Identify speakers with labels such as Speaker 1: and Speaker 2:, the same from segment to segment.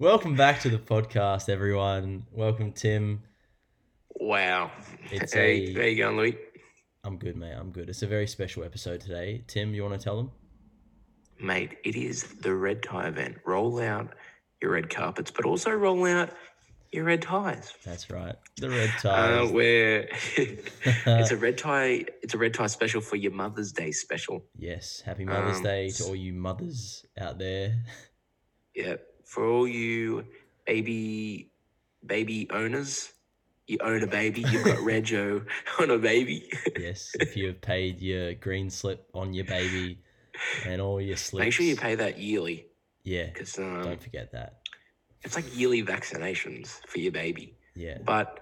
Speaker 1: Welcome back to the podcast, everyone. Welcome, Tim.
Speaker 2: Wow.
Speaker 1: It's
Speaker 2: hey,
Speaker 1: a-
Speaker 2: there you going, Louis?
Speaker 1: I'm good, mate. I'm good. It's a very special episode today. Tim, you want to tell them?
Speaker 2: Mate, it is the red tie event. Roll out your red carpets, but also roll out your red ties.
Speaker 1: That's right. The red
Speaker 2: Uh,
Speaker 1: ties. Uh,
Speaker 2: where it's a red tie, it's a red tie special for your Mother's Day special.
Speaker 1: yes. Happy Mother's
Speaker 2: um,
Speaker 1: Day to
Speaker 2: s-
Speaker 1: all you mothers out there.
Speaker 2: Yeah, for all you baby baby owners, you own a baby. You've got Rego on a baby.
Speaker 1: yes. If you have paid your green slip on your baby and all your slips.
Speaker 2: Make sure you pay that yearly
Speaker 1: Yeah.
Speaker 2: because um,
Speaker 1: Don't forget that.
Speaker 2: it's like yearly vaccinations for your baby.
Speaker 1: Yeah.
Speaker 2: But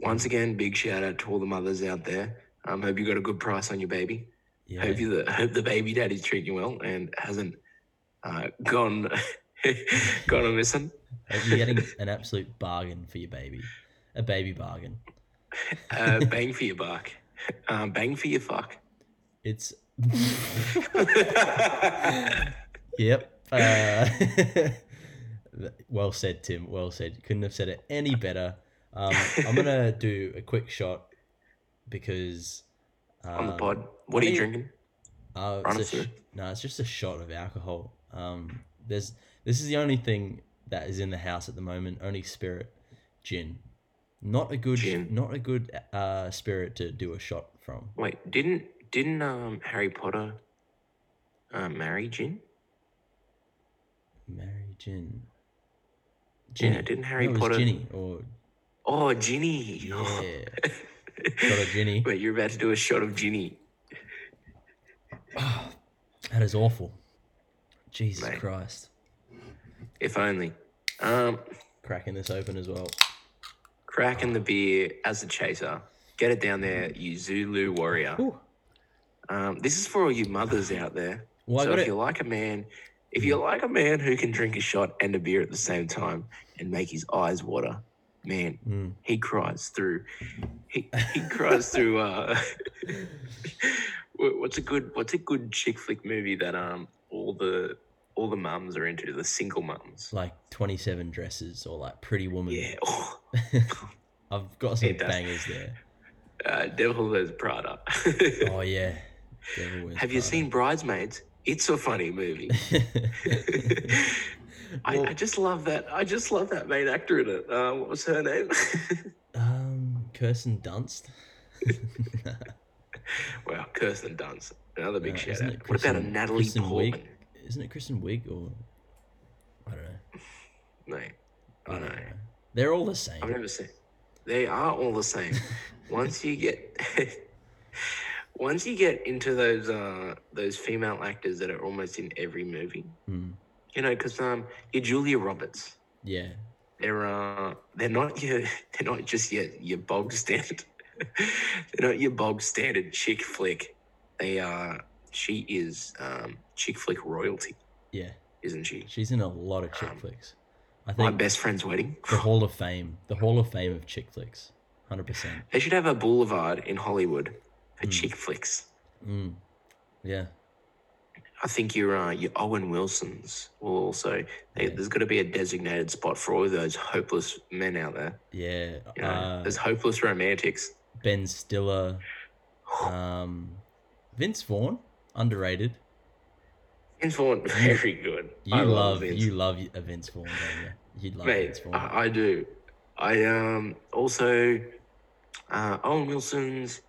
Speaker 2: once again, big shout out to all the mothers out there. Um, hope you got a good price on your baby.
Speaker 1: Yeah.
Speaker 2: Hope you the hope the baby daddy's treating you well and hasn't uh, gone gone a missing.
Speaker 1: Hope You're getting an absolute bargain for your baby. A baby bargain.
Speaker 2: Uh, bang for your buck. Um, bang for your fuck.
Speaker 1: It's. Yep. Uh, well said, Tim. Well said. Couldn't have said it any better. Um, I'm gonna do a quick shot because um,
Speaker 2: on the pod. What are
Speaker 1: I
Speaker 2: you
Speaker 1: mean-
Speaker 2: drinking?
Speaker 1: Uh,
Speaker 2: Run
Speaker 1: it's
Speaker 2: it
Speaker 1: a sh- no, it's just a shot of alcohol. Um, there's this is the only thing that is in the house at the moment. Only spirit, gin. Not a good,
Speaker 2: Gin.
Speaker 1: not a good uh, spirit to do a shot from.
Speaker 2: Wait, didn't didn't um Harry Potter uh, marry Jin?
Speaker 1: Mary gin.
Speaker 2: Yeah,
Speaker 1: Ginny.
Speaker 2: didn't Harry
Speaker 1: no, it was
Speaker 2: Potter?
Speaker 1: Ginny or
Speaker 2: Oh, Ginny.
Speaker 1: yeah, shot of Ginny.
Speaker 2: Wait, you're about to do a shot of Ginny.
Speaker 1: That is awful. Jesus
Speaker 2: Mate.
Speaker 1: Christ.
Speaker 2: If only. Um,
Speaker 1: Cracking this open as well.
Speaker 2: cracking the beer as a chaser. Get it down there, you Zulu warrior.
Speaker 1: Whew.
Speaker 2: Um, this is for all you mothers out there.
Speaker 1: Well, I
Speaker 2: so
Speaker 1: got
Speaker 2: if
Speaker 1: it.
Speaker 2: you like a man, if you like a man who can drink a shot and a beer at the same time and make his eyes water, man,
Speaker 1: Mm.
Speaker 2: he cries through. He, he cries through. Uh,
Speaker 1: Hmm.
Speaker 2: wha- what's a good What's a good chick flick movie that um all the all the mums are into the single mums.
Speaker 1: Like 27 dresses or like Pretty Woman.
Speaker 2: Yeah. Oh,
Speaker 1: I've got some
Speaker 2: It does.
Speaker 1: bangers there.
Speaker 2: uh, Devil Wears Prada.
Speaker 1: Oh, yeah. Devil Wears
Speaker 2: Have you
Speaker 1: Prada.
Speaker 2: seen Bridesmaids? It's a funny movie. I,
Speaker 1: Well-
Speaker 2: I just love that. I just love that main actor in it. Uh, what was her name?
Speaker 1: um, Kirsten Dunst?
Speaker 2: wow, Kirsten Dunst. Another big
Speaker 1: Uh,
Speaker 2: shout
Speaker 1: isn't
Speaker 2: out.
Speaker 1: it
Speaker 2: What about a
Speaker 1: Kristen-
Speaker 2: Natalie
Speaker 1: Kristen Wiig?
Speaker 2: Portman?
Speaker 1: Isn't it Kristen Wiig or. I don't know.
Speaker 2: No, I don't know.
Speaker 1: They're all the
Speaker 2: I've
Speaker 1: same.
Speaker 2: never seen. They are all the same. once you get, once you get into those uh those female actors that are almost in every movie,
Speaker 1: Mm.
Speaker 2: you know, because um, you're Julia Roberts.
Speaker 1: Yeah.
Speaker 2: they're uh, they're not your they're not just your your bog standard they're not your bog standard chick flick they are she is um chick flick royalty
Speaker 1: Yeah.
Speaker 2: isn't she
Speaker 1: She's in a lot of chick
Speaker 2: Um,
Speaker 1: flicks. I
Speaker 2: my
Speaker 1: think
Speaker 2: best friend's wedding
Speaker 1: the Hall of Fame, the Hall of Fame of chick flicks, hundred percent.
Speaker 2: they should have a boulevard in hollywood for
Speaker 1: Mm.
Speaker 2: chick flicks
Speaker 1: Mm. Yeah,
Speaker 2: i think your uh your owen wilsons will also they,
Speaker 1: Yeah.
Speaker 2: there's got to be a designated spot for all those hopeless men out there
Speaker 1: yeah.
Speaker 2: you know
Speaker 1: Uh,
Speaker 2: there's hopeless romantics
Speaker 1: ben Stiller, um, Vince Vaughn, underrated.
Speaker 2: Vince Vaughn, very good.
Speaker 1: You
Speaker 2: I
Speaker 1: love,
Speaker 2: Vince.
Speaker 1: you love a Vince Vaughn, don't you? You love Vince
Speaker 2: Mate,
Speaker 1: Vaughn.
Speaker 2: I, I do. I um also uh, Owen Wilson's.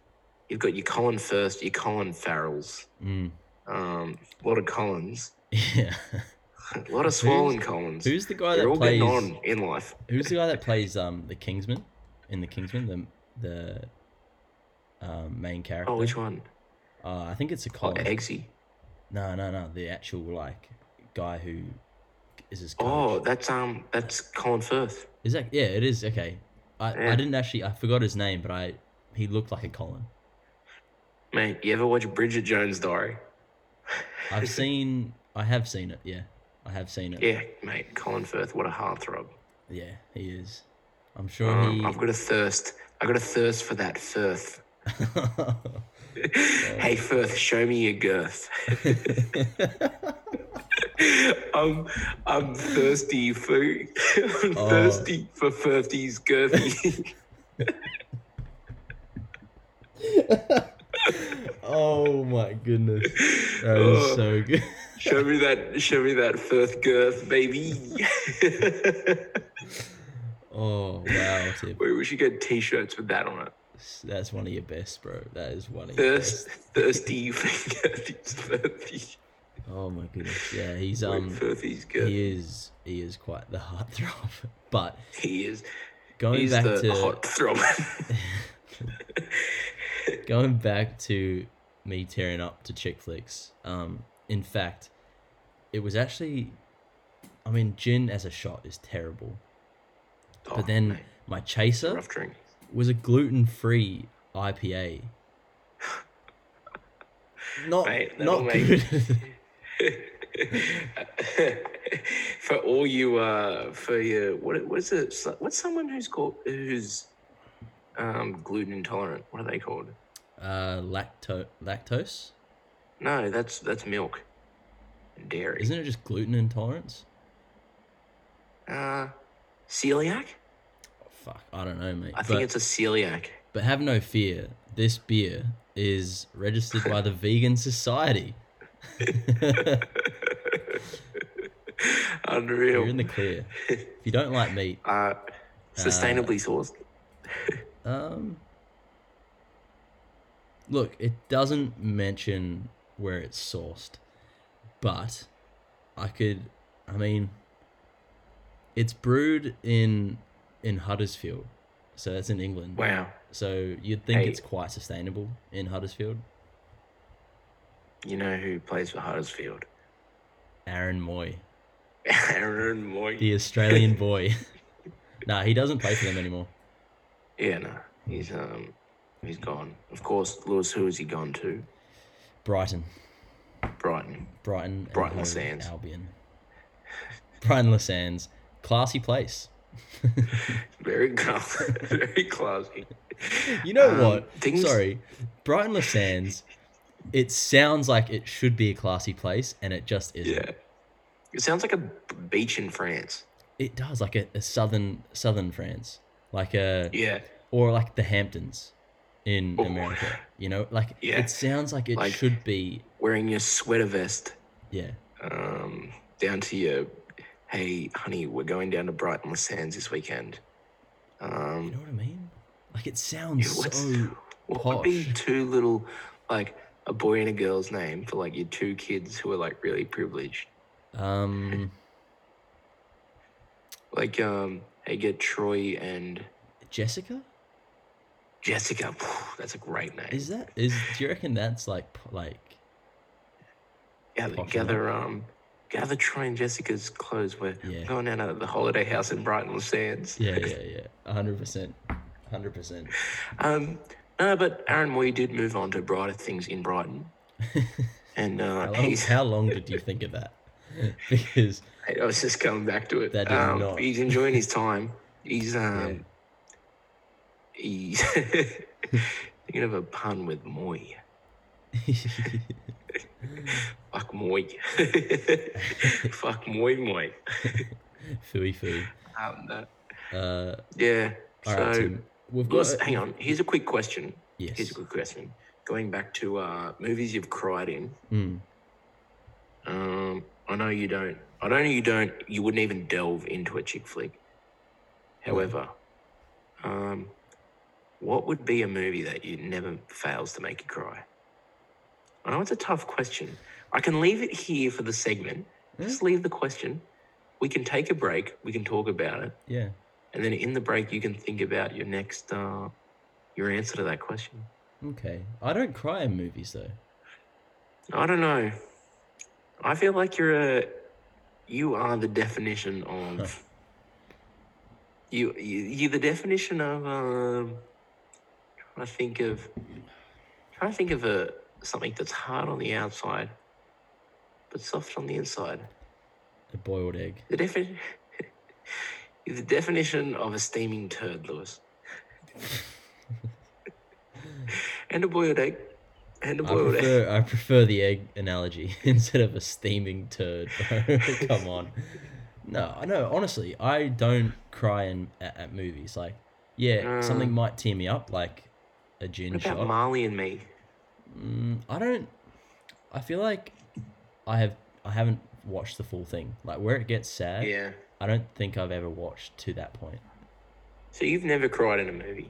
Speaker 2: You've got your Colin first, your Colin Farrells.
Speaker 1: mm.
Speaker 2: Um, a lot of Collins,
Speaker 1: Yeah.
Speaker 2: a lot of swollen Collins.
Speaker 1: Who's the guy
Speaker 2: They're
Speaker 1: that
Speaker 2: all
Speaker 1: plays?
Speaker 2: getting on in life.
Speaker 1: Who's the guy that plays um the Kingsman, in the Kingsman the the um, main character?
Speaker 2: Oh, which one?
Speaker 1: Uh, I think it's a
Speaker 2: Oh,
Speaker 1: Colin.
Speaker 2: Eggsy.
Speaker 1: No, no, no. The actual like guy who is his coach.
Speaker 2: Oh, that's um, that's Colin Firth.
Speaker 1: Is that yeah? It is okay. I, I
Speaker 2: Yeah.
Speaker 1: didn't actually I forgot his name, but I he looked like a Colin.
Speaker 2: Mate, you ever watch Bridget Jones' Diary?
Speaker 1: I've seen I have seen it. Yeah, I have seen it.
Speaker 2: Yeah, mate, Colin Firth. What a heartthrob.
Speaker 1: Yeah, he is. I'm sure
Speaker 2: Um,
Speaker 1: he.
Speaker 2: I've got a thirst. I got a thirst for that Firth. hey Firth, show me your girth. I'm I'm thirsty for I'm thirsty for Furfy's girthy.
Speaker 1: oh my goodness. That is
Speaker 2: Oh.
Speaker 1: so good.
Speaker 2: show me that show me that Firth girth, baby.
Speaker 1: Oh wow, Tim.
Speaker 2: Wait, we should get t-shirts with that on it.
Speaker 1: That's one of your best, bro. That is one of your
Speaker 2: Thirst,
Speaker 1: best.
Speaker 2: thirsty for Girthy's Firthy.
Speaker 1: Oh my goodness. Yeah, he's
Speaker 2: Um,
Speaker 1: um
Speaker 2: Firthy's girth.
Speaker 1: he is he is quite the heartthrob. But
Speaker 2: He is
Speaker 1: going
Speaker 2: he's
Speaker 1: back
Speaker 2: the
Speaker 1: to
Speaker 2: hot throb.
Speaker 1: going back to me tearing up to chick flicks. Um, in fact, it was actually, I mean, gin as a shot is terrible.
Speaker 2: Oh,
Speaker 1: But then
Speaker 2: mate,
Speaker 1: my chaser
Speaker 2: Oh, rough drink.
Speaker 1: was a gluten-free IPA. Not
Speaker 2: Mate, that'll
Speaker 1: not
Speaker 2: make-
Speaker 1: good.
Speaker 2: for all you uh for your what what's it so- what's someone who's called who's um gluten intolerant what are they called
Speaker 1: uh, lacto lactose
Speaker 2: no that's that's milk and dairy
Speaker 1: isn't it just gluten intolerance?
Speaker 2: uh celiac
Speaker 1: Oh, fuck, I don't know, mate.
Speaker 2: i
Speaker 1: but,
Speaker 2: think it's a celiac
Speaker 1: but have no fear. This beer is registered by the Vegan Society. You're
Speaker 2: unreal
Speaker 1: in the clear. If you don't like meat,
Speaker 2: uh sustainably
Speaker 1: Uh,
Speaker 2: sourced
Speaker 1: um, look, it doesn't mention where it's sourced, but I could, I mean, it's brewed in in Huddersfield, so that's in England.
Speaker 2: wow
Speaker 1: So you'd think
Speaker 2: Hey.
Speaker 1: it's quite sustainable in Huddersfield.
Speaker 2: you know who plays for huddersfield
Speaker 1: Aaron Moy,
Speaker 2: aaron moy
Speaker 1: the Australian boy. nah, he doesn't play for them anymore.
Speaker 2: yeah no he's um he's gone of course lewis who has he gone to
Speaker 1: Brighton.
Speaker 2: brighton
Speaker 1: Brighton, and
Speaker 2: Brighton
Speaker 1: Hove
Speaker 2: Sands.
Speaker 1: Albion, Brighton Les Sands, classy place.
Speaker 2: Very classy. Very classy.
Speaker 1: You know
Speaker 2: Um,
Speaker 1: what?
Speaker 2: things-
Speaker 1: Sorry, Brighton Les Sands. It sounds like it should be a classy place, and it just isn't.
Speaker 2: Yeah. It sounds like a b- beach in France.
Speaker 1: It does like a, a southern southern France, like a
Speaker 2: Yeah.
Speaker 1: or like the Hamptons in
Speaker 2: Oh.
Speaker 1: America. You know, like
Speaker 2: Yeah.
Speaker 1: it sounds like it
Speaker 2: Like-
Speaker 1: should be.
Speaker 2: Wearing your sweater vest
Speaker 1: Yeah,
Speaker 2: um, down to your, hey, honey, we're going down to Brighton Les Sands this weekend.
Speaker 1: you know
Speaker 2: Um,
Speaker 1: what I mean. Like it
Speaker 2: yeah,
Speaker 1: sounds
Speaker 2: what's,
Speaker 1: so.
Speaker 2: what would be
Speaker 1: posh.
Speaker 2: two little, like, a boy and a girl's name for, like, your two kids who are, like, really privileged?
Speaker 1: Um,
Speaker 2: Like, um, hey, get Troy and
Speaker 1: Jessica.
Speaker 2: Jessica. that's a great name.
Speaker 1: Is that is do you reckon that's like p- like
Speaker 2: gather,
Speaker 1: Possible.
Speaker 2: gather um gather Troy and Jessica's clothes. We're
Speaker 1: Yeah.
Speaker 2: going out of the holiday house in Brighton Les Sands.
Speaker 1: yeah yeah yeah a hundred percent a hundred percent
Speaker 2: Um no, but Aaron Moy did move on to brighter things in Brighton. And
Speaker 1: how
Speaker 2: uh,
Speaker 1: long,
Speaker 2: he's,
Speaker 1: how long did you think of that because
Speaker 2: I was just coming back to it.
Speaker 1: That is
Speaker 2: um,
Speaker 1: not-
Speaker 2: He's enjoying his time. He's um, he's thinking of a pun with Moy. Fuck Moy. Fuck Moy Moy.
Speaker 1: fooey fooey
Speaker 2: Um, no.
Speaker 1: uh
Speaker 2: yeah.
Speaker 1: all right
Speaker 2: so
Speaker 1: Tim, we've got
Speaker 2: Lewis, hang on. Here's a quick question. Here's
Speaker 1: yes
Speaker 2: a good question. Going back to uh, movies you've cried in,
Speaker 1: mm,
Speaker 2: um, I know you don't. I know you don't. You wouldn't even delve into a chick flick. However, um, what would be a movie that you never fails to make you cry? I know it's a tough question. I can leave it here for the segment.
Speaker 1: Hmm? Eh?
Speaker 2: Just leave the question. We can take a break. We can talk about it,
Speaker 1: yeah
Speaker 2: and then in the break, you can think about your next uh, your answer to that question.
Speaker 1: okay I don't cry in movies though
Speaker 2: I don't know. I feel like you're a you are the definition of you, you you're the definition of um trying to think of trying to think of a something that's hard on the outside but soft on the inside.
Speaker 1: a boiled egg
Speaker 2: The defin you're the definition of a steaming turd, Lewis. and a boiled egg. and a
Speaker 1: I
Speaker 2: boiled egg.
Speaker 1: prefer, I prefer the egg analogy instead of a steaming turd. bro. Come on. No, I know. Honestly, I don't cry in, at, at movies. Like, yeah, something
Speaker 2: Mm.
Speaker 1: might tear me up, like a gin
Speaker 2: What
Speaker 1: shot.
Speaker 2: about Marley and me?
Speaker 1: Mm, I don't. I feel like I have. I haven't watched the full thing. Like where it gets sad.
Speaker 2: Yeah.
Speaker 1: I don't think I've ever watched to that point.
Speaker 2: So you've never cried in a movie.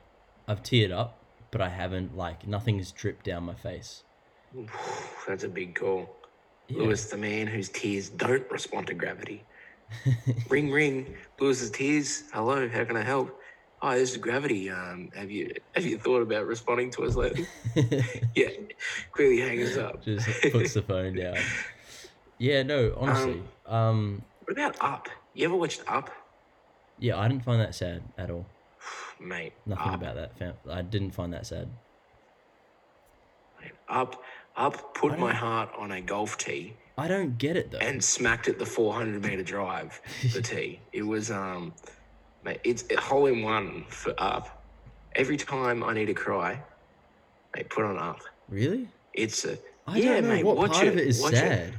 Speaker 1: I've teared up, but I haven't. Like nothing's dripped down my face.
Speaker 2: That's a big call.
Speaker 1: Yeah.
Speaker 2: Lewis, the man whose tears don't respond to gravity. ring, ring. Lewis's tears. Hello, how can I help? Hi, this is gravity. Um, have you have you thought about responding to us lately? yeah, clearly hangs up.
Speaker 1: Just puts the phone down. Yeah. No. Honestly. um
Speaker 2: What about Up? You ever watched Up,
Speaker 1: Yeah, I didn't find that sad at all.
Speaker 2: mate?
Speaker 1: Nothing
Speaker 2: Up,
Speaker 1: about that. Fam- I didn't find that sad.
Speaker 2: mate, Up, Up.
Speaker 1: I
Speaker 2: Put my
Speaker 1: don't-
Speaker 2: heart on a golf tee
Speaker 1: I don't get it though.
Speaker 2: and smacked it the 400 meter drive. The tee. It was um, mate. It's a hole in one for Up. Every time I need to cry, mate, put on Up.
Speaker 1: really?
Speaker 2: It's a
Speaker 1: I
Speaker 2: yeah,
Speaker 1: don't know
Speaker 2: mate.
Speaker 1: what
Speaker 2: watch
Speaker 1: part
Speaker 2: it.
Speaker 1: of it is
Speaker 2: watch
Speaker 1: sad.
Speaker 2: It.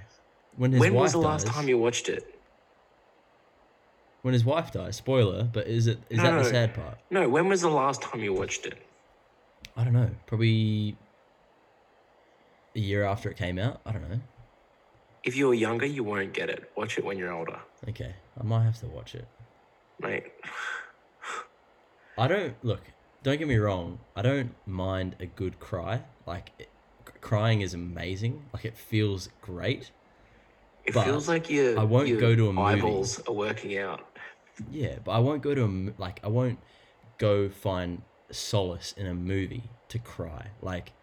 Speaker 1: When his
Speaker 2: when
Speaker 1: wife
Speaker 2: was the last
Speaker 1: dies.
Speaker 2: time you watched it?
Speaker 1: When his wife dies. Spoiler, but is it is
Speaker 2: No,
Speaker 1: that
Speaker 2: no,
Speaker 1: the
Speaker 2: no.
Speaker 1: sad part?
Speaker 2: No, when was the last time you watched it?
Speaker 1: I don't know. Probably a year after it came out. I don't know.
Speaker 2: If you're younger, you won't get it. Watch it when you're older,
Speaker 1: Okay, I might have to watch it.
Speaker 2: mate.
Speaker 1: I don't look. Don't get me wrong. I don't mind a good cry. Like it, c- crying is amazing. Like it feels great.
Speaker 2: It
Speaker 1: But
Speaker 2: feels like your
Speaker 1: I won't
Speaker 2: your
Speaker 1: go to a movie.
Speaker 2: eyeballs are working out.
Speaker 1: Yeah, but I won't go to a m- like I won't go find solace in a movie to cry. Like,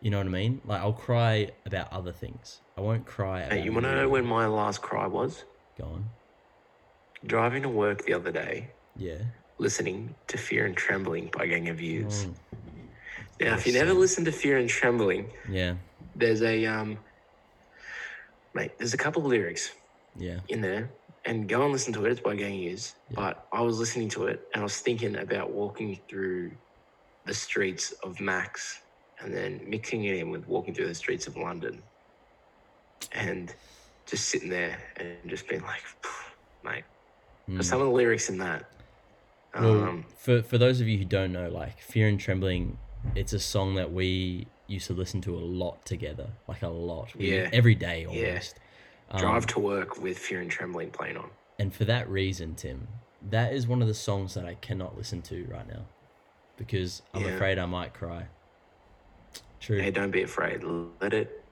Speaker 1: you know what I mean? Like I'll cry about other things. I won't cry about.
Speaker 2: Mate, you want to know when my last cry was?
Speaker 1: Go on.
Speaker 2: Driving to work the other day,
Speaker 1: Yeah.
Speaker 2: listening to Fear and Trembling by Gang of Youths.
Speaker 1: Mm,
Speaker 2: now, if you never
Speaker 1: awesome.
Speaker 2: listen to Fear and Trembling,
Speaker 1: Yeah.
Speaker 2: there's a um, mate. There's a couple lyrics
Speaker 1: Yeah.
Speaker 2: in there and go and listen to it. It's by Gang Years.
Speaker 1: Yeah.
Speaker 2: But I was listening to it and I was thinking about walking through the streets of Max and then mixing it in with walking through the streets of London and just sitting there and just being like, mate,
Speaker 1: Mm.
Speaker 2: But some of the lyrics in that.
Speaker 1: Well,
Speaker 2: Um,
Speaker 1: for for those of you who don't know, like Fear and Trembling, it's a song that we used to listen to a lot together, like a lot. We-
Speaker 2: Yeah.
Speaker 1: Every day
Speaker 2: Yeah.
Speaker 1: almost. Um,
Speaker 2: drive to work with Fear and Trembling playing on.
Speaker 1: And for that reason, Tim, that is one of the songs that I cannot listen to right now because I'm
Speaker 2: Yeah.
Speaker 1: afraid I might cry. True.
Speaker 2: Hey, don't be afraid. Let it.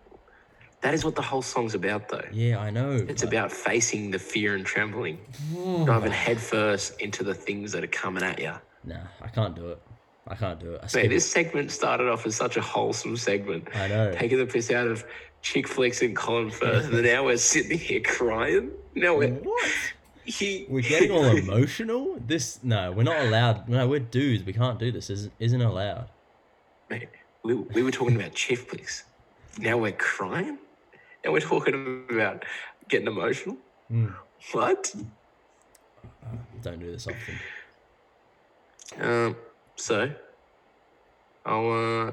Speaker 2: That is what the whole song's about, though.
Speaker 1: yeah, I know.
Speaker 2: It's
Speaker 1: but-
Speaker 2: about facing the fear and trembling,
Speaker 1: Oh
Speaker 2: diving headfirst into the things that are coming at you.
Speaker 1: Nah, I can't do it. I can't do it. I
Speaker 2: Mate,
Speaker 1: skip
Speaker 2: this segment started off as such a wholesome segment,
Speaker 1: it. I know.
Speaker 2: taking the piss out of chick flicks and Colin first, and now we're sitting here crying. Now we're
Speaker 1: What?
Speaker 2: he,
Speaker 1: We're getting all emotional. This no, we're not allowed. No, we're dudes. We can't do this. Isn't isn't allowed.
Speaker 2: Mate, we, we were talking about chick flicks. Now we're crying. Now we're talking about getting emotional.
Speaker 1: Hmm.
Speaker 2: What?
Speaker 1: Uh, don't do this often.
Speaker 2: Um, so, I'll, uh,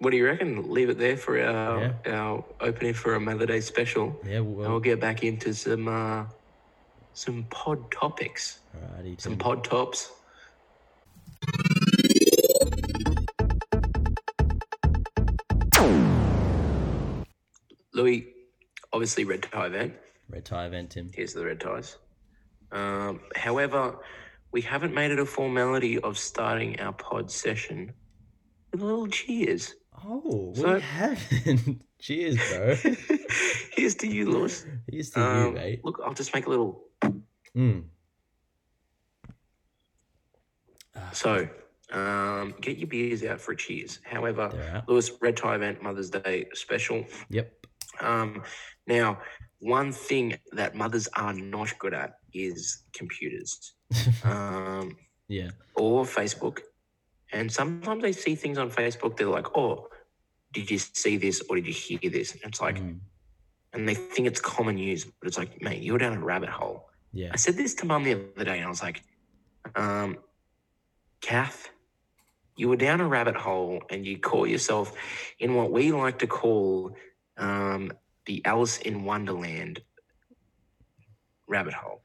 Speaker 2: what do you reckon? Leave it there for our our opening for a Mother Day special.
Speaker 1: Yeah.
Speaker 2: And we'll
Speaker 1: Well.
Speaker 2: get back into some uh, some pod topics,
Speaker 1: Alrighty.
Speaker 2: some
Speaker 1: Tim.
Speaker 2: pod tops. Louis, obviously red tie event.
Speaker 1: Red tie event, Tim.
Speaker 2: Here's the red ties. Um, however, we haven't made it a formality of starting our pod session with a little cheers.
Speaker 1: Oh,
Speaker 2: So-
Speaker 1: we haven't. Cheers, bro.
Speaker 2: Here's to you, Lewis.
Speaker 1: Here's to you,
Speaker 2: Um,
Speaker 1: mate.
Speaker 2: look, I'll just make a little.
Speaker 1: Mm. Ah,
Speaker 2: So, um, get your beers out for a cheers. However,
Speaker 1: they're out.
Speaker 2: Lewis, red tie event, Mother's Day special.
Speaker 1: Yep.
Speaker 2: Um, now, one thing that mothers are not good at is computers um,
Speaker 1: yeah.
Speaker 2: or Facebook. And sometimes they see things on Facebook, they're like, oh, did you see this or did you hear this? And it's like,
Speaker 1: Mm.
Speaker 2: and they think it's common use, but it's like, mate, you're down a rabbit hole.
Speaker 1: Yeah.
Speaker 2: I said this to mum the other day, and I was like, um, Kath, You were down a rabbit hole and you caught yourself in what we like to call um, the Alice in Wonderland rabbit hole.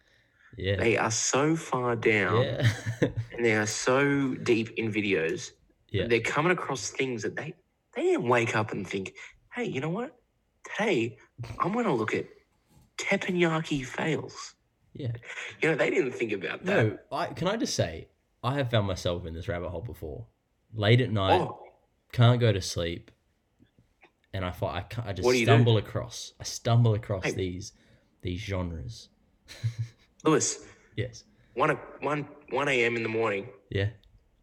Speaker 1: Yeah.
Speaker 2: They are so far down
Speaker 1: Yeah.
Speaker 2: and they are so deep in videos. that
Speaker 1: Yeah.
Speaker 2: They're coming across things that they they didn't wake up and think, hey, you know what? Today I'm gonna look at teppanyaki fails.
Speaker 1: yeah.
Speaker 2: You know, they didn't think about that.
Speaker 1: No, I can I just say I have found myself in this rabbit hole before. Late at night,
Speaker 2: oh,
Speaker 1: can't go to sleep, and I find I, can't, I just
Speaker 2: What do you do?
Speaker 1: stumble across. I stumble across
Speaker 2: Hey.
Speaker 1: these these genres.
Speaker 2: Lewis,
Speaker 1: Yes.
Speaker 2: one o- one one AM in the morning,
Speaker 1: Yeah.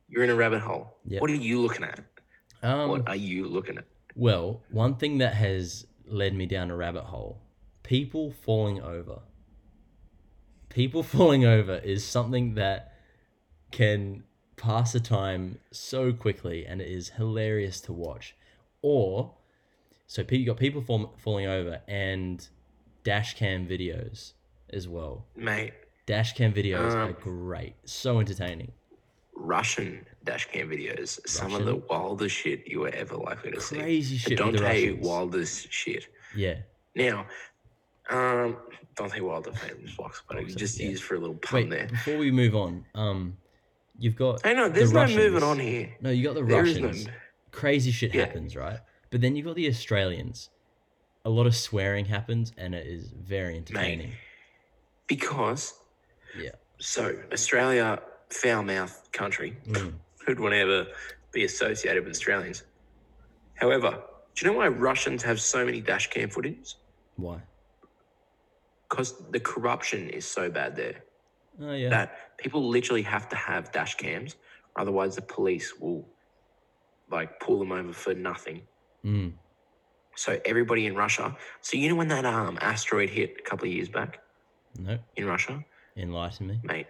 Speaker 2: you're in a rabbit hole.
Speaker 1: Yeah.
Speaker 2: What are you looking at?
Speaker 1: Um,
Speaker 2: what are you looking at?
Speaker 1: Well, one thing that has led me down a rabbit hole people falling over. People falling over is something that can pass the time so quickly and it is hilarious to watch. Or, so pe- you got people form- falling over and dash cam videos as well.
Speaker 2: Mate,
Speaker 1: Dash cam videos
Speaker 2: Um,
Speaker 1: are great, so entertaining.
Speaker 2: Russian dash cam videos. Some of
Speaker 1: Russian?
Speaker 2: the wildest shit you were ever likely to see.
Speaker 1: Crazy
Speaker 2: The
Speaker 1: shit. with the
Speaker 2: Dante
Speaker 1: Russians.
Speaker 2: Wilder's shit.
Speaker 1: Yeah.
Speaker 2: Now, um, Dante Wilder famous box, but I
Speaker 1: Boxer,
Speaker 2: just
Speaker 1: yeah.
Speaker 2: used for a little pun
Speaker 1: Wait,
Speaker 2: there.
Speaker 1: before we move on, um, you've got
Speaker 2: Hey, no, there's no
Speaker 1: Russians.
Speaker 2: moving on here.
Speaker 1: No, you got the
Speaker 2: There is no-
Speaker 1: Russians. Crazy shit
Speaker 2: Yeah.
Speaker 1: happens, right? But then you got the Australians. A lot of swearing happens, and it is very entertaining.
Speaker 2: Because,
Speaker 1: Yeah.
Speaker 2: so Australia, foul mouth country.
Speaker 1: Mm.
Speaker 2: Who'd want to ever be associated with Australians? However, do you know why Russians have so many dash cam footage?
Speaker 1: Why?
Speaker 2: Because the corruption is so bad there
Speaker 1: Oh yeah.
Speaker 2: that people literally have to have dash cams, otherwise the police will like pull them over for nothing.
Speaker 1: Mm.
Speaker 2: So everybody in Russia. So you know when that um asteroid hit a couple of years back
Speaker 1: Nope.
Speaker 2: in Russia,
Speaker 1: Enlighten me.
Speaker 2: mate?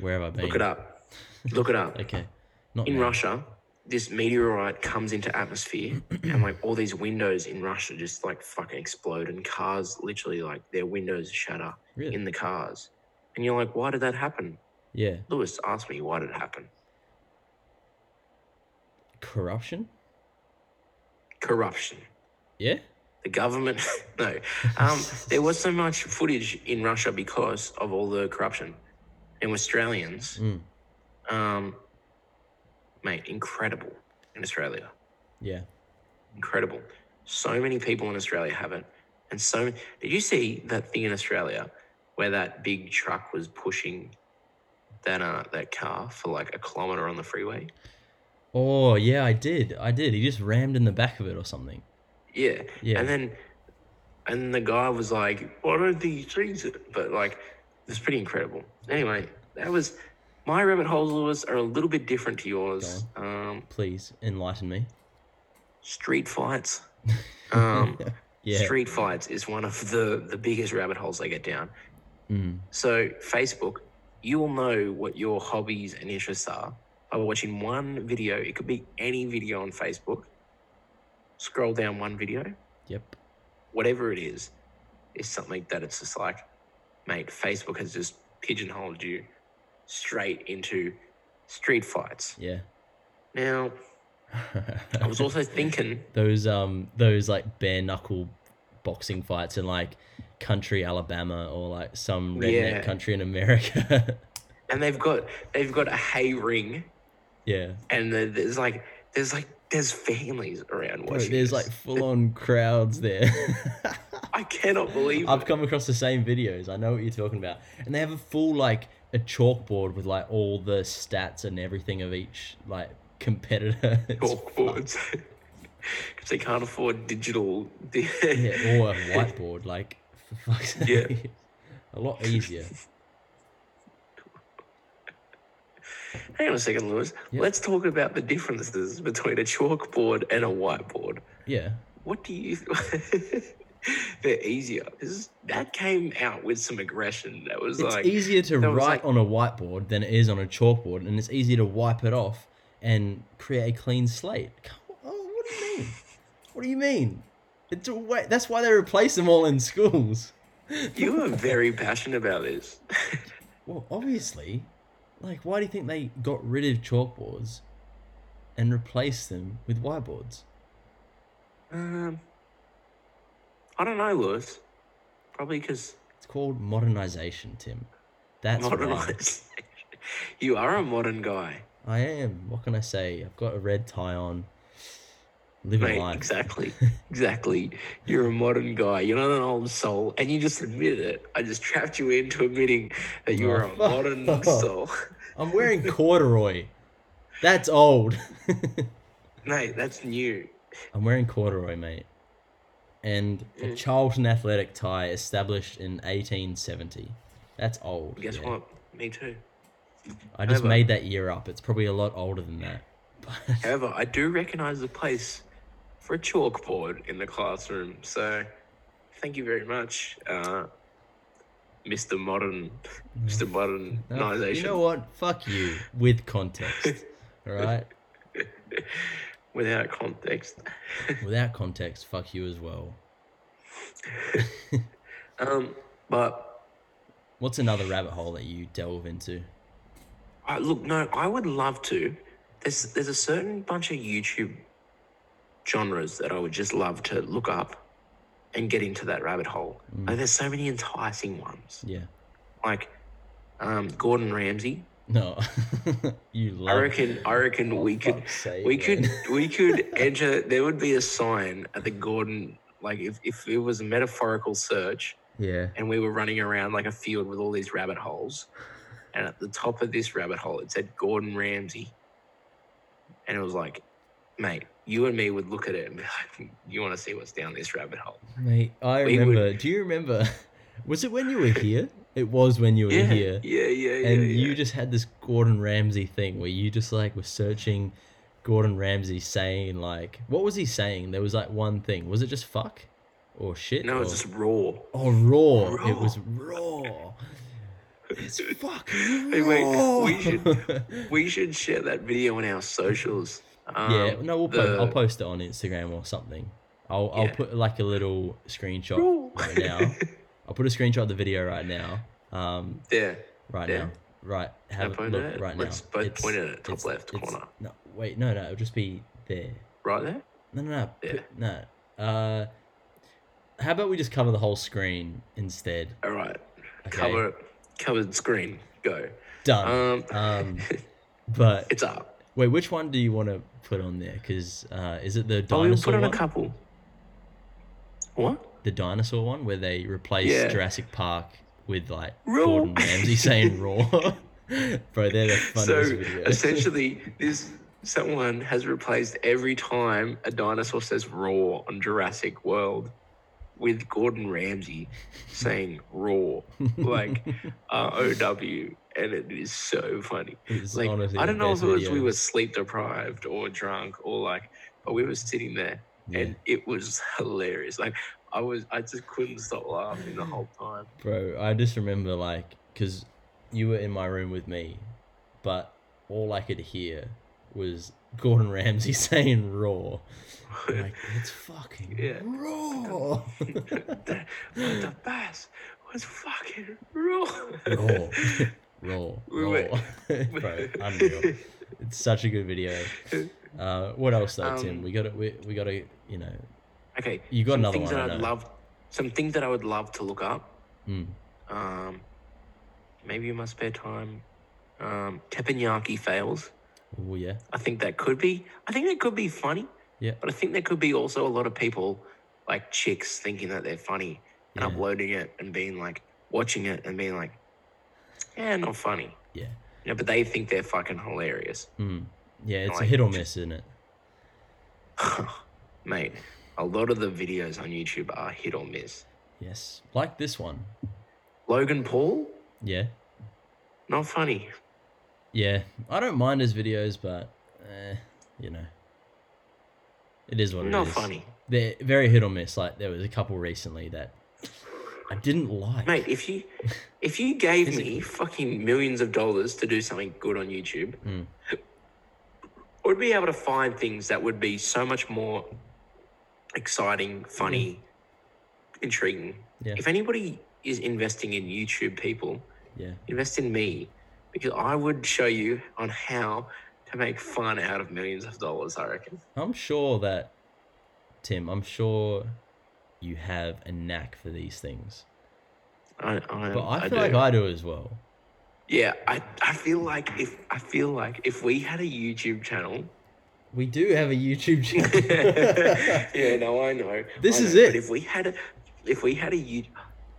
Speaker 1: Where have I been?
Speaker 2: Look it up. Look it up.
Speaker 1: Okay. Not
Speaker 2: In
Speaker 1: now.
Speaker 2: Russia, this meteorite comes into atmosphere, and like all these windows in Russia just like fucking explode, and cars literally like their windows shatter
Speaker 1: Really?
Speaker 2: in the cars. And you're like, why did that happen?
Speaker 1: yeah.
Speaker 2: Lewis asked me, why did it happen?
Speaker 1: Corruption.
Speaker 2: Corruption.
Speaker 1: Yeah.
Speaker 2: The government. no, um, there was so much footage in Russia because of all the corruption, and Australians.
Speaker 1: Mm.
Speaker 2: Um, mate, incredible in Australia.
Speaker 1: Yeah.
Speaker 2: Incredible. So many people in Australia have it. And so, did you see that thing in Australia where that big truck was pushing that uh, that car for like a kilometer on the freeway?
Speaker 1: Oh yeah, I did. I did. He just rammed in the back of it or something.
Speaker 2: Yeah.
Speaker 1: Yeah.
Speaker 2: And then, and the guy was like, well, I don't think he sees it. But like, it's pretty incredible. Anyway, that was my rabbit holes, Lewis, are a little bit different to yours. Um,
Speaker 1: Please enlighten me.
Speaker 2: street fights. Um,
Speaker 1: Yeah.
Speaker 2: Street fights is one of the, the biggest rabbit holes they get down.
Speaker 1: Mm.
Speaker 2: So, Facebook, you will know what your hobbies and interests are by watching one video. It could be any video on Facebook. Scroll down one video,
Speaker 1: Yep.
Speaker 2: whatever it is, is something that it's just like, mate, Facebook has just pigeonholed you straight into street fights.
Speaker 1: Yeah.
Speaker 2: Now, I was also thinking,
Speaker 1: those um those like bare knuckle boxing fights in like country Alabama or like some redneck
Speaker 2: Yeah.
Speaker 1: country in America.
Speaker 2: and they've got they've got a hay ring
Speaker 1: yeah.
Speaker 2: and the- there's like there's like there's families around watching.
Speaker 1: Bro, there's
Speaker 2: this.
Speaker 1: like full on crowds there.
Speaker 2: I cannot believe
Speaker 1: I've
Speaker 2: it.
Speaker 1: come across the same videos. I know what you're talking about. And they have a full like a chalkboard with like all the stats and everything of each like competitor. It's fucked.
Speaker 2: chalkboards because they can't afford digital. di-
Speaker 1: Yeah, or a whiteboard, like for fuck's sake.
Speaker 2: Yeah.
Speaker 1: A lot easier.
Speaker 2: Hang on a second, Lewis.
Speaker 1: Yeah.
Speaker 2: Let's talk about the differences between a chalkboard and a whiteboard.
Speaker 1: Yeah.
Speaker 2: What do you? They're easier. This is, that came out with some aggression. That was
Speaker 1: It's
Speaker 2: like
Speaker 1: easier to
Speaker 2: that was
Speaker 1: write
Speaker 2: like-
Speaker 1: on a whiteboard than it is on a chalkboard, and it's easier to wipe it off and create a clean slate. Come on, oh, what do you mean? What do you mean? It's a way. That's why they replace them all in schools.
Speaker 2: you were very passionate about this.
Speaker 1: Well, obviously, Like, why do you think they got rid of chalkboards and replaced them with whiteboards?
Speaker 2: Um, I don't know, Lewis. Probably because
Speaker 1: It's called modernization, Tim. That's why.
Speaker 2: modernized. you are a modern guy,
Speaker 1: I am. What can I say? I've got a red tie on. Living
Speaker 2: mate.
Speaker 1: life.
Speaker 2: Exactly, exactly. You're a modern guy. You're not an old soul, and you just admitted it. I just trapped you into admitting that you
Speaker 1: Oh,
Speaker 2: are a
Speaker 1: fuck
Speaker 2: modern
Speaker 1: off.
Speaker 2: soul,
Speaker 1: I'm wearing corduroy. That's old.
Speaker 2: mate. That's new.
Speaker 1: I'm wearing corduroy, mate. And a
Speaker 2: Mm.
Speaker 1: Charlton athletic tie established in 1870. That's old.
Speaker 2: Guess
Speaker 1: yeah.
Speaker 2: what? Me too.
Speaker 1: I just
Speaker 2: However-
Speaker 1: made that year up. It's probably a lot older than that. But
Speaker 2: However, I do recognise the place for a chalkboard in the classroom. So, thank you very much, uh, Mr. Modern, Mr.
Speaker 1: Mm. No,
Speaker 2: Modernization.
Speaker 1: you know what? Fuck you. With context. All right?
Speaker 2: Without context.
Speaker 1: Without context, fuck you as well.
Speaker 2: Um, but
Speaker 1: What's another rabbit hole that you delve into?
Speaker 2: I, look, no, I would love to. There's there's a certain bunch of YouTube genres that I would just love to look up and get into that rabbit hole.
Speaker 1: Mm.
Speaker 2: Like, there's so many enticing ones,
Speaker 1: Yeah.
Speaker 2: like um, Gordon Ramsay.
Speaker 1: No. you love Oh,
Speaker 2: I reckon. I reckon we could.
Speaker 1: fuck's sake,
Speaker 2: We
Speaker 1: man.
Speaker 2: could. We could enter. There would be a sign at the Gordon. Like if, if it was a metaphorical search
Speaker 1: Yeah.
Speaker 2: and we were running around like a field with all these rabbit holes, and at the top of this rabbit hole it said Gordon Ramsay, and it was like, mate, you and me would look at it and be like, you want to see what's down this rabbit hole?
Speaker 1: Mate, I
Speaker 2: We would-
Speaker 1: remember. Do you remember? Was it when you were here? It was when you were
Speaker 2: Yeah, yeah,
Speaker 1: here.
Speaker 2: yeah, yeah.
Speaker 1: and
Speaker 2: yeah.
Speaker 1: you just had this Gordon Ramsay thing where you just like were searching Gordon Ramsay saying like what was he saying? There was like one thing. Was it just fuck or shit?
Speaker 2: no,
Speaker 1: or...
Speaker 2: it's just raw.
Speaker 1: oh raw. It
Speaker 2: Raw.
Speaker 1: was raw. It's fucking
Speaker 2: Hey, wait,
Speaker 1: raw.
Speaker 2: we should- We should share that video on our socials. Um,
Speaker 1: yeah, no, we'll po- I'll
Speaker 2: the-
Speaker 1: post it on Instagram or something. I'll I'll
Speaker 2: Yeah.
Speaker 1: put like a little screenshot
Speaker 2: Raw.
Speaker 1: right now. I'll put a screenshot of the video right now. Um,
Speaker 2: yeah.
Speaker 1: right
Speaker 2: Yeah.
Speaker 1: now. Right.
Speaker 2: Now
Speaker 1: Have a
Speaker 2: point
Speaker 1: look
Speaker 2: at it.
Speaker 1: right
Speaker 2: Let's
Speaker 1: now.
Speaker 2: both
Speaker 1: It's-
Speaker 2: point at it, top
Speaker 1: it's-
Speaker 2: left
Speaker 1: it's-
Speaker 2: corner.
Speaker 1: No, wait, no, no, it'll just be there.
Speaker 2: Right there?
Speaker 1: No, no, no.
Speaker 2: Yeah.
Speaker 1: put- No. Uh, how about we just cover the whole screen instead?
Speaker 2: All right.
Speaker 1: Okay.
Speaker 2: Cover covered screen. Go.
Speaker 1: Done.
Speaker 2: Um,
Speaker 1: Um, but
Speaker 2: it's up.
Speaker 1: wait, which one do you want to put on there? Because uh, is it the
Speaker 2: Oh, we'll put
Speaker 1: dinosaur
Speaker 2: on
Speaker 1: one?
Speaker 2: a couple. What?
Speaker 1: the dinosaur one where they replace
Speaker 2: Yeah.
Speaker 1: Jurassic Park with like
Speaker 2: Raw.
Speaker 1: Gordon Ramsay saying raw. Bro, they're the
Speaker 2: so
Speaker 1: funniest videos.
Speaker 2: essentially, this someone has replaced every time a dinosaur says "raw" on Jurassic World with Gordon Ramsay saying "raw," like R O W, and it is so funny.
Speaker 1: It's
Speaker 2: like
Speaker 1: honestly
Speaker 2: I
Speaker 1: the
Speaker 2: don't know if
Speaker 1: best
Speaker 2: it was we
Speaker 1: video.
Speaker 2: were sleep deprived or drunk or like, but we were sitting there
Speaker 1: Yeah.
Speaker 2: and it was hilarious. Like I was, I just couldn't stop laughing the whole time.
Speaker 1: Bro, I just remember like because you were in my room with me, but all I could hear was Gordon Ramsay saying "raw." I'm Like it's fucking
Speaker 2: Yeah.
Speaker 1: raw.
Speaker 2: the, the bass was fucking raw.
Speaker 1: raw, raw,
Speaker 2: We
Speaker 1: raw.
Speaker 2: were-
Speaker 1: Bro, unreal. It's such a good video. Uh, what else though, Tim?
Speaker 2: Um,
Speaker 1: We got to We, we got to. You know.
Speaker 2: okay,
Speaker 1: You got
Speaker 2: some
Speaker 1: another
Speaker 2: things
Speaker 1: one, I
Speaker 2: that I'd
Speaker 1: know.
Speaker 2: love, some things that I would love to look up.
Speaker 1: Mm.
Speaker 2: Um, maybe in my spare time, um, teppanyaki fails.
Speaker 1: Oh yeah.
Speaker 2: I think that could be. I think that could be funny.
Speaker 1: Yeah.
Speaker 2: But I think there could be also a lot of people, like chicks, thinking that they're funny and
Speaker 1: Yeah.
Speaker 2: uploading it and being like, watching it and being like, yeah, not funny.
Speaker 1: Yeah.
Speaker 2: You know, but they think they're fucking hilarious.
Speaker 1: Mm. Yeah. It's a
Speaker 2: Like,
Speaker 1: hit or miss, isn't it?
Speaker 2: Mate, a lot of the videos on YouTube are hit or miss.
Speaker 1: Yes. Like this one.
Speaker 2: Logan Paul,
Speaker 1: Yeah.
Speaker 2: not funny.
Speaker 1: Yeah, I don't mind his videos, but eh, you know, it is what it is.
Speaker 2: Not funny.
Speaker 1: They're very hit or miss. Like there was a couple recently that I didn't like.
Speaker 2: Mate, if you if you gave
Speaker 1: Is it-
Speaker 2: me fucking millions of dollars to do something good on YouTube,
Speaker 1: Mm.
Speaker 2: I would be able to find things that would be so much more exciting, funny, intriguing.
Speaker 1: Yeah.
Speaker 2: If anybody is investing in YouTube people,
Speaker 1: yeah,
Speaker 2: invest in me because I would show you on how to make fun out of millions of dollars. I reckon.
Speaker 1: I'm sure that, Tim, I'm sure you have a knack for these things.
Speaker 2: I, Um, I,
Speaker 1: But I feel
Speaker 2: do.
Speaker 1: like I do as well.
Speaker 2: yeah, I, I feel like if I feel like if we had a YouTube channel.
Speaker 1: We do have a YouTube channel.
Speaker 2: yeah, no, I know.
Speaker 1: This
Speaker 2: I
Speaker 1: is
Speaker 2: know,
Speaker 1: it.
Speaker 2: But if we had a, if we had a YouTube,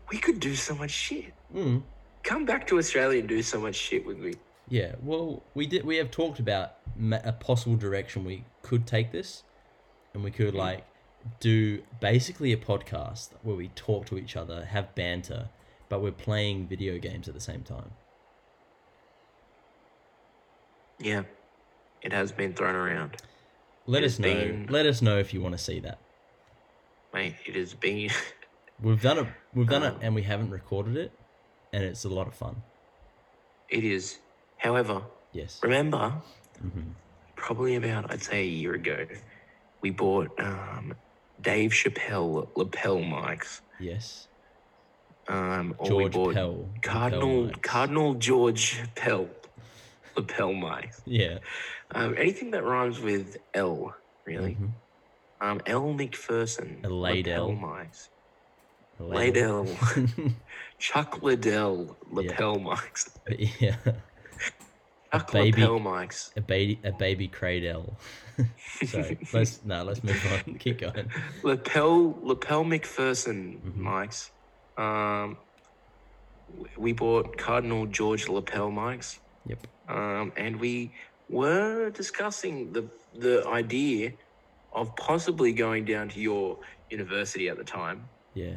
Speaker 2: we could do so much shit.
Speaker 1: Hmm.
Speaker 2: Come back to Australia and do so much shit with me.
Speaker 1: Yeah, well, we did. We have talked about ma- a possible direction we could take this, and we
Speaker 2: Mm-hmm.
Speaker 1: could like do basically a podcast where we talk to each other, have banter, but we're playing video games at the same time.
Speaker 2: Yeah, it has been thrown around,
Speaker 1: Let
Speaker 2: It's
Speaker 1: us know.
Speaker 2: been-
Speaker 1: Let us know if you want to see that.
Speaker 2: mate. It has been.
Speaker 1: We've done it. We've done it,
Speaker 2: Um,
Speaker 1: and we haven't recorded it, and it's a lot of fun.
Speaker 2: It is. However,
Speaker 1: Yes.
Speaker 2: remember,
Speaker 1: hmm
Speaker 2: probably about I'd say a year ago, we bought um, Dave Chappelle lapel mics.
Speaker 1: Yes.
Speaker 2: Um, or we
Speaker 1: George
Speaker 2: bought
Speaker 1: Pell.
Speaker 2: Cardinal
Speaker 1: Pell mics.
Speaker 2: Cardinal George Pell lapel mics.
Speaker 1: Yeah.
Speaker 2: Um, anything that rhymes with L, really.
Speaker 1: Mhm.
Speaker 2: Um, L McPherson.
Speaker 1: A Laidell.
Speaker 2: lapel mics.
Speaker 1: Later.
Speaker 2: Laidell. Chuck Liddell lapel mics.
Speaker 1: yeah. A
Speaker 2: Chuck
Speaker 1: baby-
Speaker 2: lapel mics.
Speaker 1: a baby a baby cradle. Sorry, let's no, let's move on. Keep going.
Speaker 2: lapel lapel McPherson
Speaker 1: Mhm.
Speaker 2: mics. Um, w- we bought Cardinal George lapel mics.
Speaker 1: Yep.
Speaker 2: Um, and we were discussing the the idea of possibly going down to your university at the time
Speaker 1: Yeah,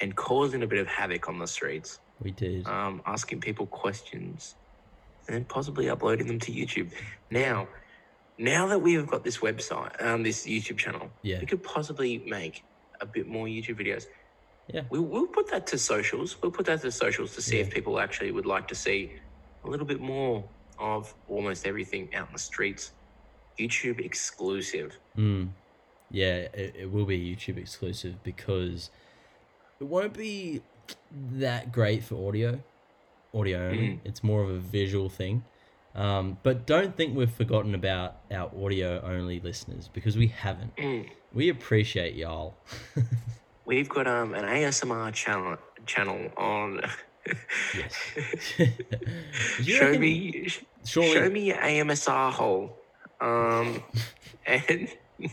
Speaker 2: and causing a bit of havoc on the streets,
Speaker 1: we did.
Speaker 2: um, asking people questions, and then possibly uploading them to YouTube. Now, now that we have got this website, um, this YouTube channel,
Speaker 1: Yeah,
Speaker 2: we could possibly make a bit more YouTube videos.
Speaker 1: Yeah.
Speaker 2: We, we'll put that to socials. We'll put that to socials to see if
Speaker 1: Yeah.
Speaker 2: people actually would like to see a little bit more of almost everything out in the streets. YouTube exclusive.
Speaker 1: mm. yeah, it, it will be YouTube exclusive because it won't be that great for audio,
Speaker 2: Mm.
Speaker 1: audio only. It's more of a visual thing. Um, but don't think we've forgotten about our audio only listeners because we haven't.
Speaker 2: Mm.
Speaker 1: We appreciate y'all.
Speaker 2: We've got um, an ASMR channel channel on.
Speaker 1: yes. Do you
Speaker 2: show
Speaker 1: reckon-
Speaker 2: me,
Speaker 1: surely-
Speaker 2: show me your AMSR hole. Um, and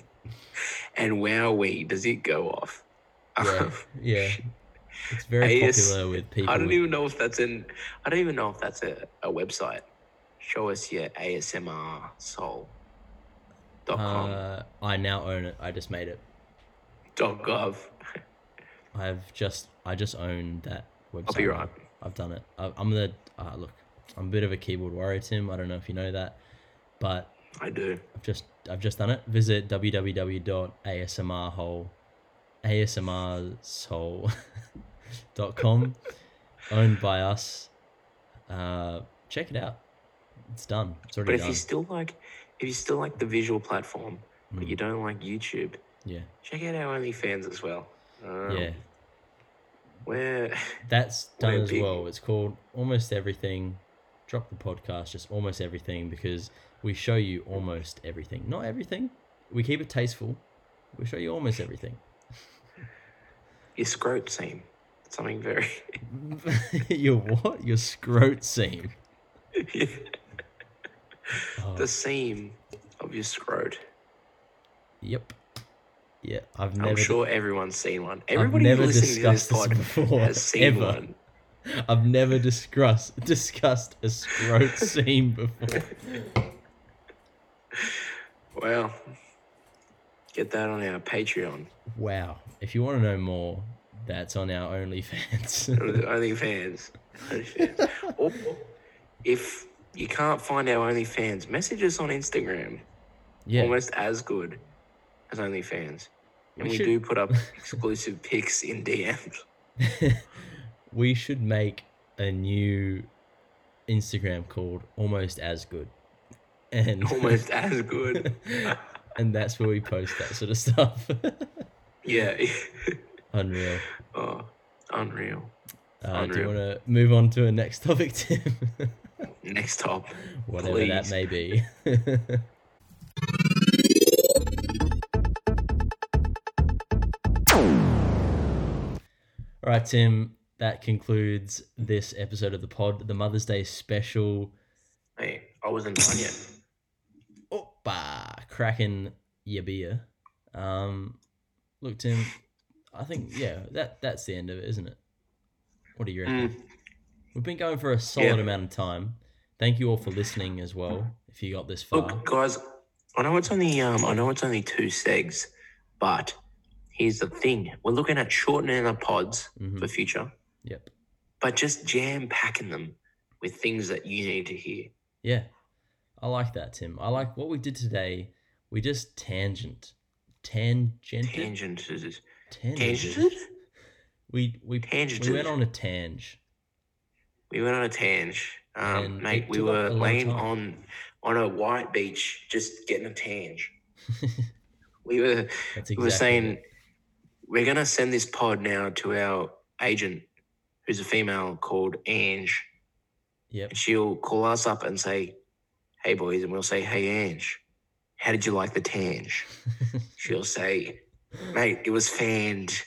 Speaker 2: and wowee, does it go off?
Speaker 1: Yeah,
Speaker 2: Um,
Speaker 1: yeah. It's very
Speaker 2: AS
Speaker 1: popular with people.
Speaker 2: I don't
Speaker 1: with-
Speaker 2: even know if that's in. I don't even know if that's a, a website. Show us your ASMR soul. Dot com.
Speaker 1: uh, I now own it. I just made it.
Speaker 2: dot gov.
Speaker 1: I've just I just own that website.
Speaker 2: I'll be
Speaker 1: now.
Speaker 2: right.
Speaker 1: I've done it. I, I'm the uh, look. I'm a bit of a keyboard warrior, Tim. I don't know if you know that, but
Speaker 2: I do.
Speaker 1: I've just I've just done it. Visit www.asmrhole asmrsoul.com owned by us. Uh, check it out. It's done. It's
Speaker 2: But
Speaker 1: already
Speaker 2: if
Speaker 1: done.
Speaker 2: you still like, if you still like the visual platform, but
Speaker 1: Mm,
Speaker 2: you don't like YouTube,
Speaker 1: yeah.
Speaker 2: check out our OnlyFans as well. Um,
Speaker 1: Yeah.
Speaker 2: We're
Speaker 1: That's
Speaker 2: We're
Speaker 1: done as
Speaker 2: big-
Speaker 1: well. It's called Almost Everything. Drop the podcast, just almost everything, because we show you almost everything. Not everything. We keep it tasteful. We show you almost everything.
Speaker 2: your scrote seam. Something very.
Speaker 1: Your what? Your scrot seam. Oh,
Speaker 2: the seam of your scrote.
Speaker 1: Yep. Yeah, I've
Speaker 2: I'm
Speaker 1: never.
Speaker 2: sure everyone's seen one.
Speaker 1: I've
Speaker 2: Everybody
Speaker 1: never
Speaker 2: listening to this
Speaker 1: discussed this
Speaker 2: pod
Speaker 1: before,
Speaker 2: has seen
Speaker 1: ever.
Speaker 2: one.
Speaker 1: I've never discussed discussed a scrot seam before.
Speaker 2: Well, get that on our Patreon,
Speaker 1: Wow. If you want to know more, that's on our OnlyFans.
Speaker 2: OnlyFans. OnlyFans. or if you can't find our OnlyFans, message us on Instagram.
Speaker 1: yeah.
Speaker 2: Almost as good as OnlyFans, and
Speaker 1: We
Speaker 2: we,
Speaker 1: should-
Speaker 2: do put up exclusive pics in DMs.
Speaker 1: we should make a new Instagram called Almost As Good. And
Speaker 2: Almost as good.
Speaker 1: and that's where we post that sort of stuff.
Speaker 2: Yeah.
Speaker 1: Unreal.
Speaker 2: oh, unreal.
Speaker 1: Uh, do you
Speaker 2: Unreal.
Speaker 1: want to move on to a next topic, Tim?
Speaker 2: Next top.
Speaker 1: whatever that
Speaker 2: Please.
Speaker 1: may be. All right, Tim. That concludes this episode of the pod, the Mother's Day special.
Speaker 2: Hey, I wasn't done yet.
Speaker 1: Oppa, cracking your beer. Um, look, Tim. I think yeah, that that's the end of it, isn't it? What do you reckon?
Speaker 2: Mm,
Speaker 1: We've been going for a solid
Speaker 2: Yeah.
Speaker 1: amount of time. Thank you all for listening as well. If you got this far,
Speaker 2: look, guys, I know it's only um, I know it's only two segs, but here's the thing: we're looking at shortening our pods
Speaker 1: Mhm,
Speaker 2: for future,
Speaker 1: yep,
Speaker 2: but just jam packing them with things that you need to hear.
Speaker 1: yeah, I like that, Tim. I like what we did today. We just tangent, tangent,
Speaker 2: Tangents, is-
Speaker 1: tangent.
Speaker 2: tangents.
Speaker 1: We we we went
Speaker 2: Tangents.
Speaker 1: on a tang.
Speaker 2: We went on a tang. Um,
Speaker 1: And
Speaker 2: mate,
Speaker 1: it
Speaker 2: we
Speaker 1: took up a
Speaker 2: were
Speaker 1: long
Speaker 2: laying
Speaker 1: time.
Speaker 2: on on a white beach, just getting a tang. we were
Speaker 1: That's
Speaker 2: we were
Speaker 1: exactly.
Speaker 2: saying
Speaker 1: it.
Speaker 2: we're gonna send this pod now to our agent, who's a female called Ange,
Speaker 1: Yep.
Speaker 2: and she'll call us up and say, "Hey boys," and we'll say, "Hey Ange, how did you like the tang?" She'll say, "Mate, it was fanned."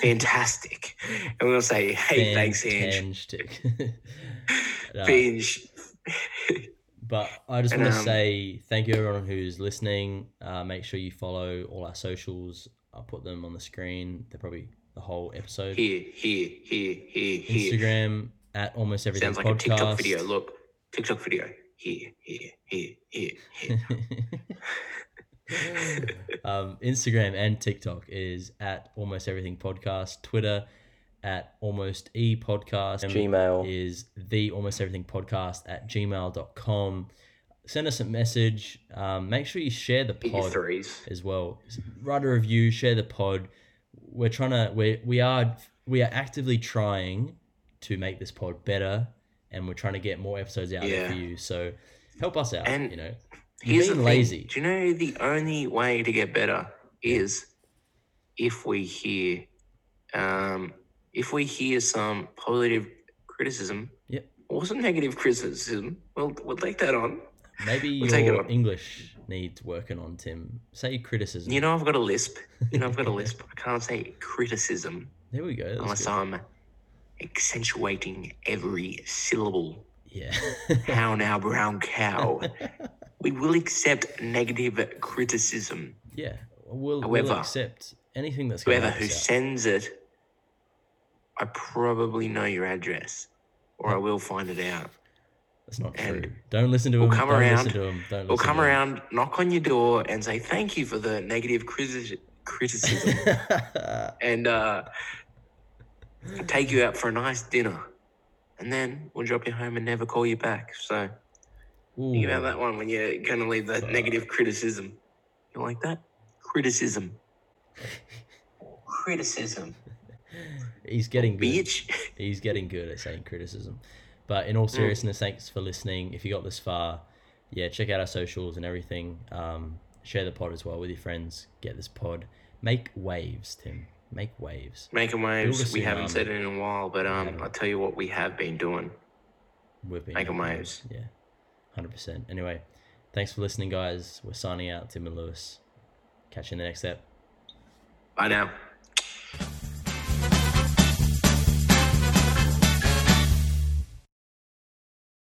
Speaker 2: Fantastic, and we'll say, "Hey, thanks, Ange."
Speaker 1: Fantastic. Nah.
Speaker 2: Binge.
Speaker 1: But I just
Speaker 2: And,
Speaker 1: want to
Speaker 2: um,
Speaker 1: say thank you everyone who's listening. Uh, make sure you follow all our socials. I'll put them on the screen. They're probably the whole episode.
Speaker 2: Here, here, here, here, here.
Speaker 1: Instagram at almost everything
Speaker 2: Sounds like a
Speaker 1: podcast.
Speaker 2: TikTok video. Look, TikTok video. Here, here, here, here, here.
Speaker 1: um, Instagram and TikTok is at almost everything podcast. Twitter at almost e podcast.
Speaker 2: Gmail.
Speaker 1: is the almost everything podcast at gmail.com. Send us a message. Um, make sure you share the
Speaker 2: Get your
Speaker 1: pod
Speaker 2: threes.
Speaker 1: as well. S- Write a review, share the pod. We're trying to we we are we are actively trying to make this pod better, and we're trying to get more episodes out there for
Speaker 2: Yeah.
Speaker 1: you. So help us out.
Speaker 2: And
Speaker 1: you know, you're
Speaker 2: Here's the
Speaker 1: being
Speaker 2: thing.
Speaker 1: lazy.
Speaker 2: Do you know the only way to get better is if we hear, um, if we hear some positive criticism.
Speaker 1: Yep.
Speaker 2: Or some negative criticism. Well, we'll take that on.
Speaker 1: Maybe
Speaker 2: We'll take it
Speaker 1: your
Speaker 2: on.
Speaker 1: English needs working on, Tim. Say criticism.
Speaker 2: You know, I've got a lisp. You know, I've got a lisp. I can't say criticism
Speaker 1: there we go. that's
Speaker 2: unless
Speaker 1: good.
Speaker 2: I'm accentuating every syllable.
Speaker 1: Yeah.
Speaker 2: How now, brown cow? we will accept negative criticism.
Speaker 1: yeah. We'll,
Speaker 2: However-
Speaker 1: we'll accept anything that's going
Speaker 2: Whoever
Speaker 1: to
Speaker 2: who
Speaker 1: us out.
Speaker 2: sends it, I probably know your address, or I will find it out.
Speaker 1: That's not true.
Speaker 2: and
Speaker 1: Don't listen to
Speaker 2: we'll
Speaker 1: him.
Speaker 2: come
Speaker 1: Don't
Speaker 2: around-
Speaker 1: listen to him. Don't
Speaker 2: Or
Speaker 1: listen
Speaker 2: come
Speaker 1: to him.
Speaker 2: around, knock on your door, and say thank you for the negative criti- criticism, and uh, take you out for a nice dinner, and then we'll drop you home and never call you back. So think about
Speaker 1: Ooh.
Speaker 2: that one when you're gonna leave that negative criticism. You like that? Criticism. criticism.
Speaker 1: He's getting good.
Speaker 2: Bitch. Mm.
Speaker 1: He's getting good at saying criticism. But in all seriousness, thanks for listening. If you got this far, yeah, check out our socials and everything. Um, share the pod as well with your friends. Get this pod. Make waves, Tim. Make waves.
Speaker 2: Making
Speaker 1: Build
Speaker 2: waves.
Speaker 1: a
Speaker 2: We haven't
Speaker 1: tsunami.
Speaker 2: said it in a while, but um,
Speaker 1: haven't.
Speaker 2: I'll tell you what we have been doing.
Speaker 1: We've been
Speaker 2: Making
Speaker 1: making
Speaker 2: waves.
Speaker 1: Yeah, hundred percent. Anyway, thanks for listening, guys. We're signing out, Tim and Lewis. Catch you in the next step.
Speaker 2: Bye now.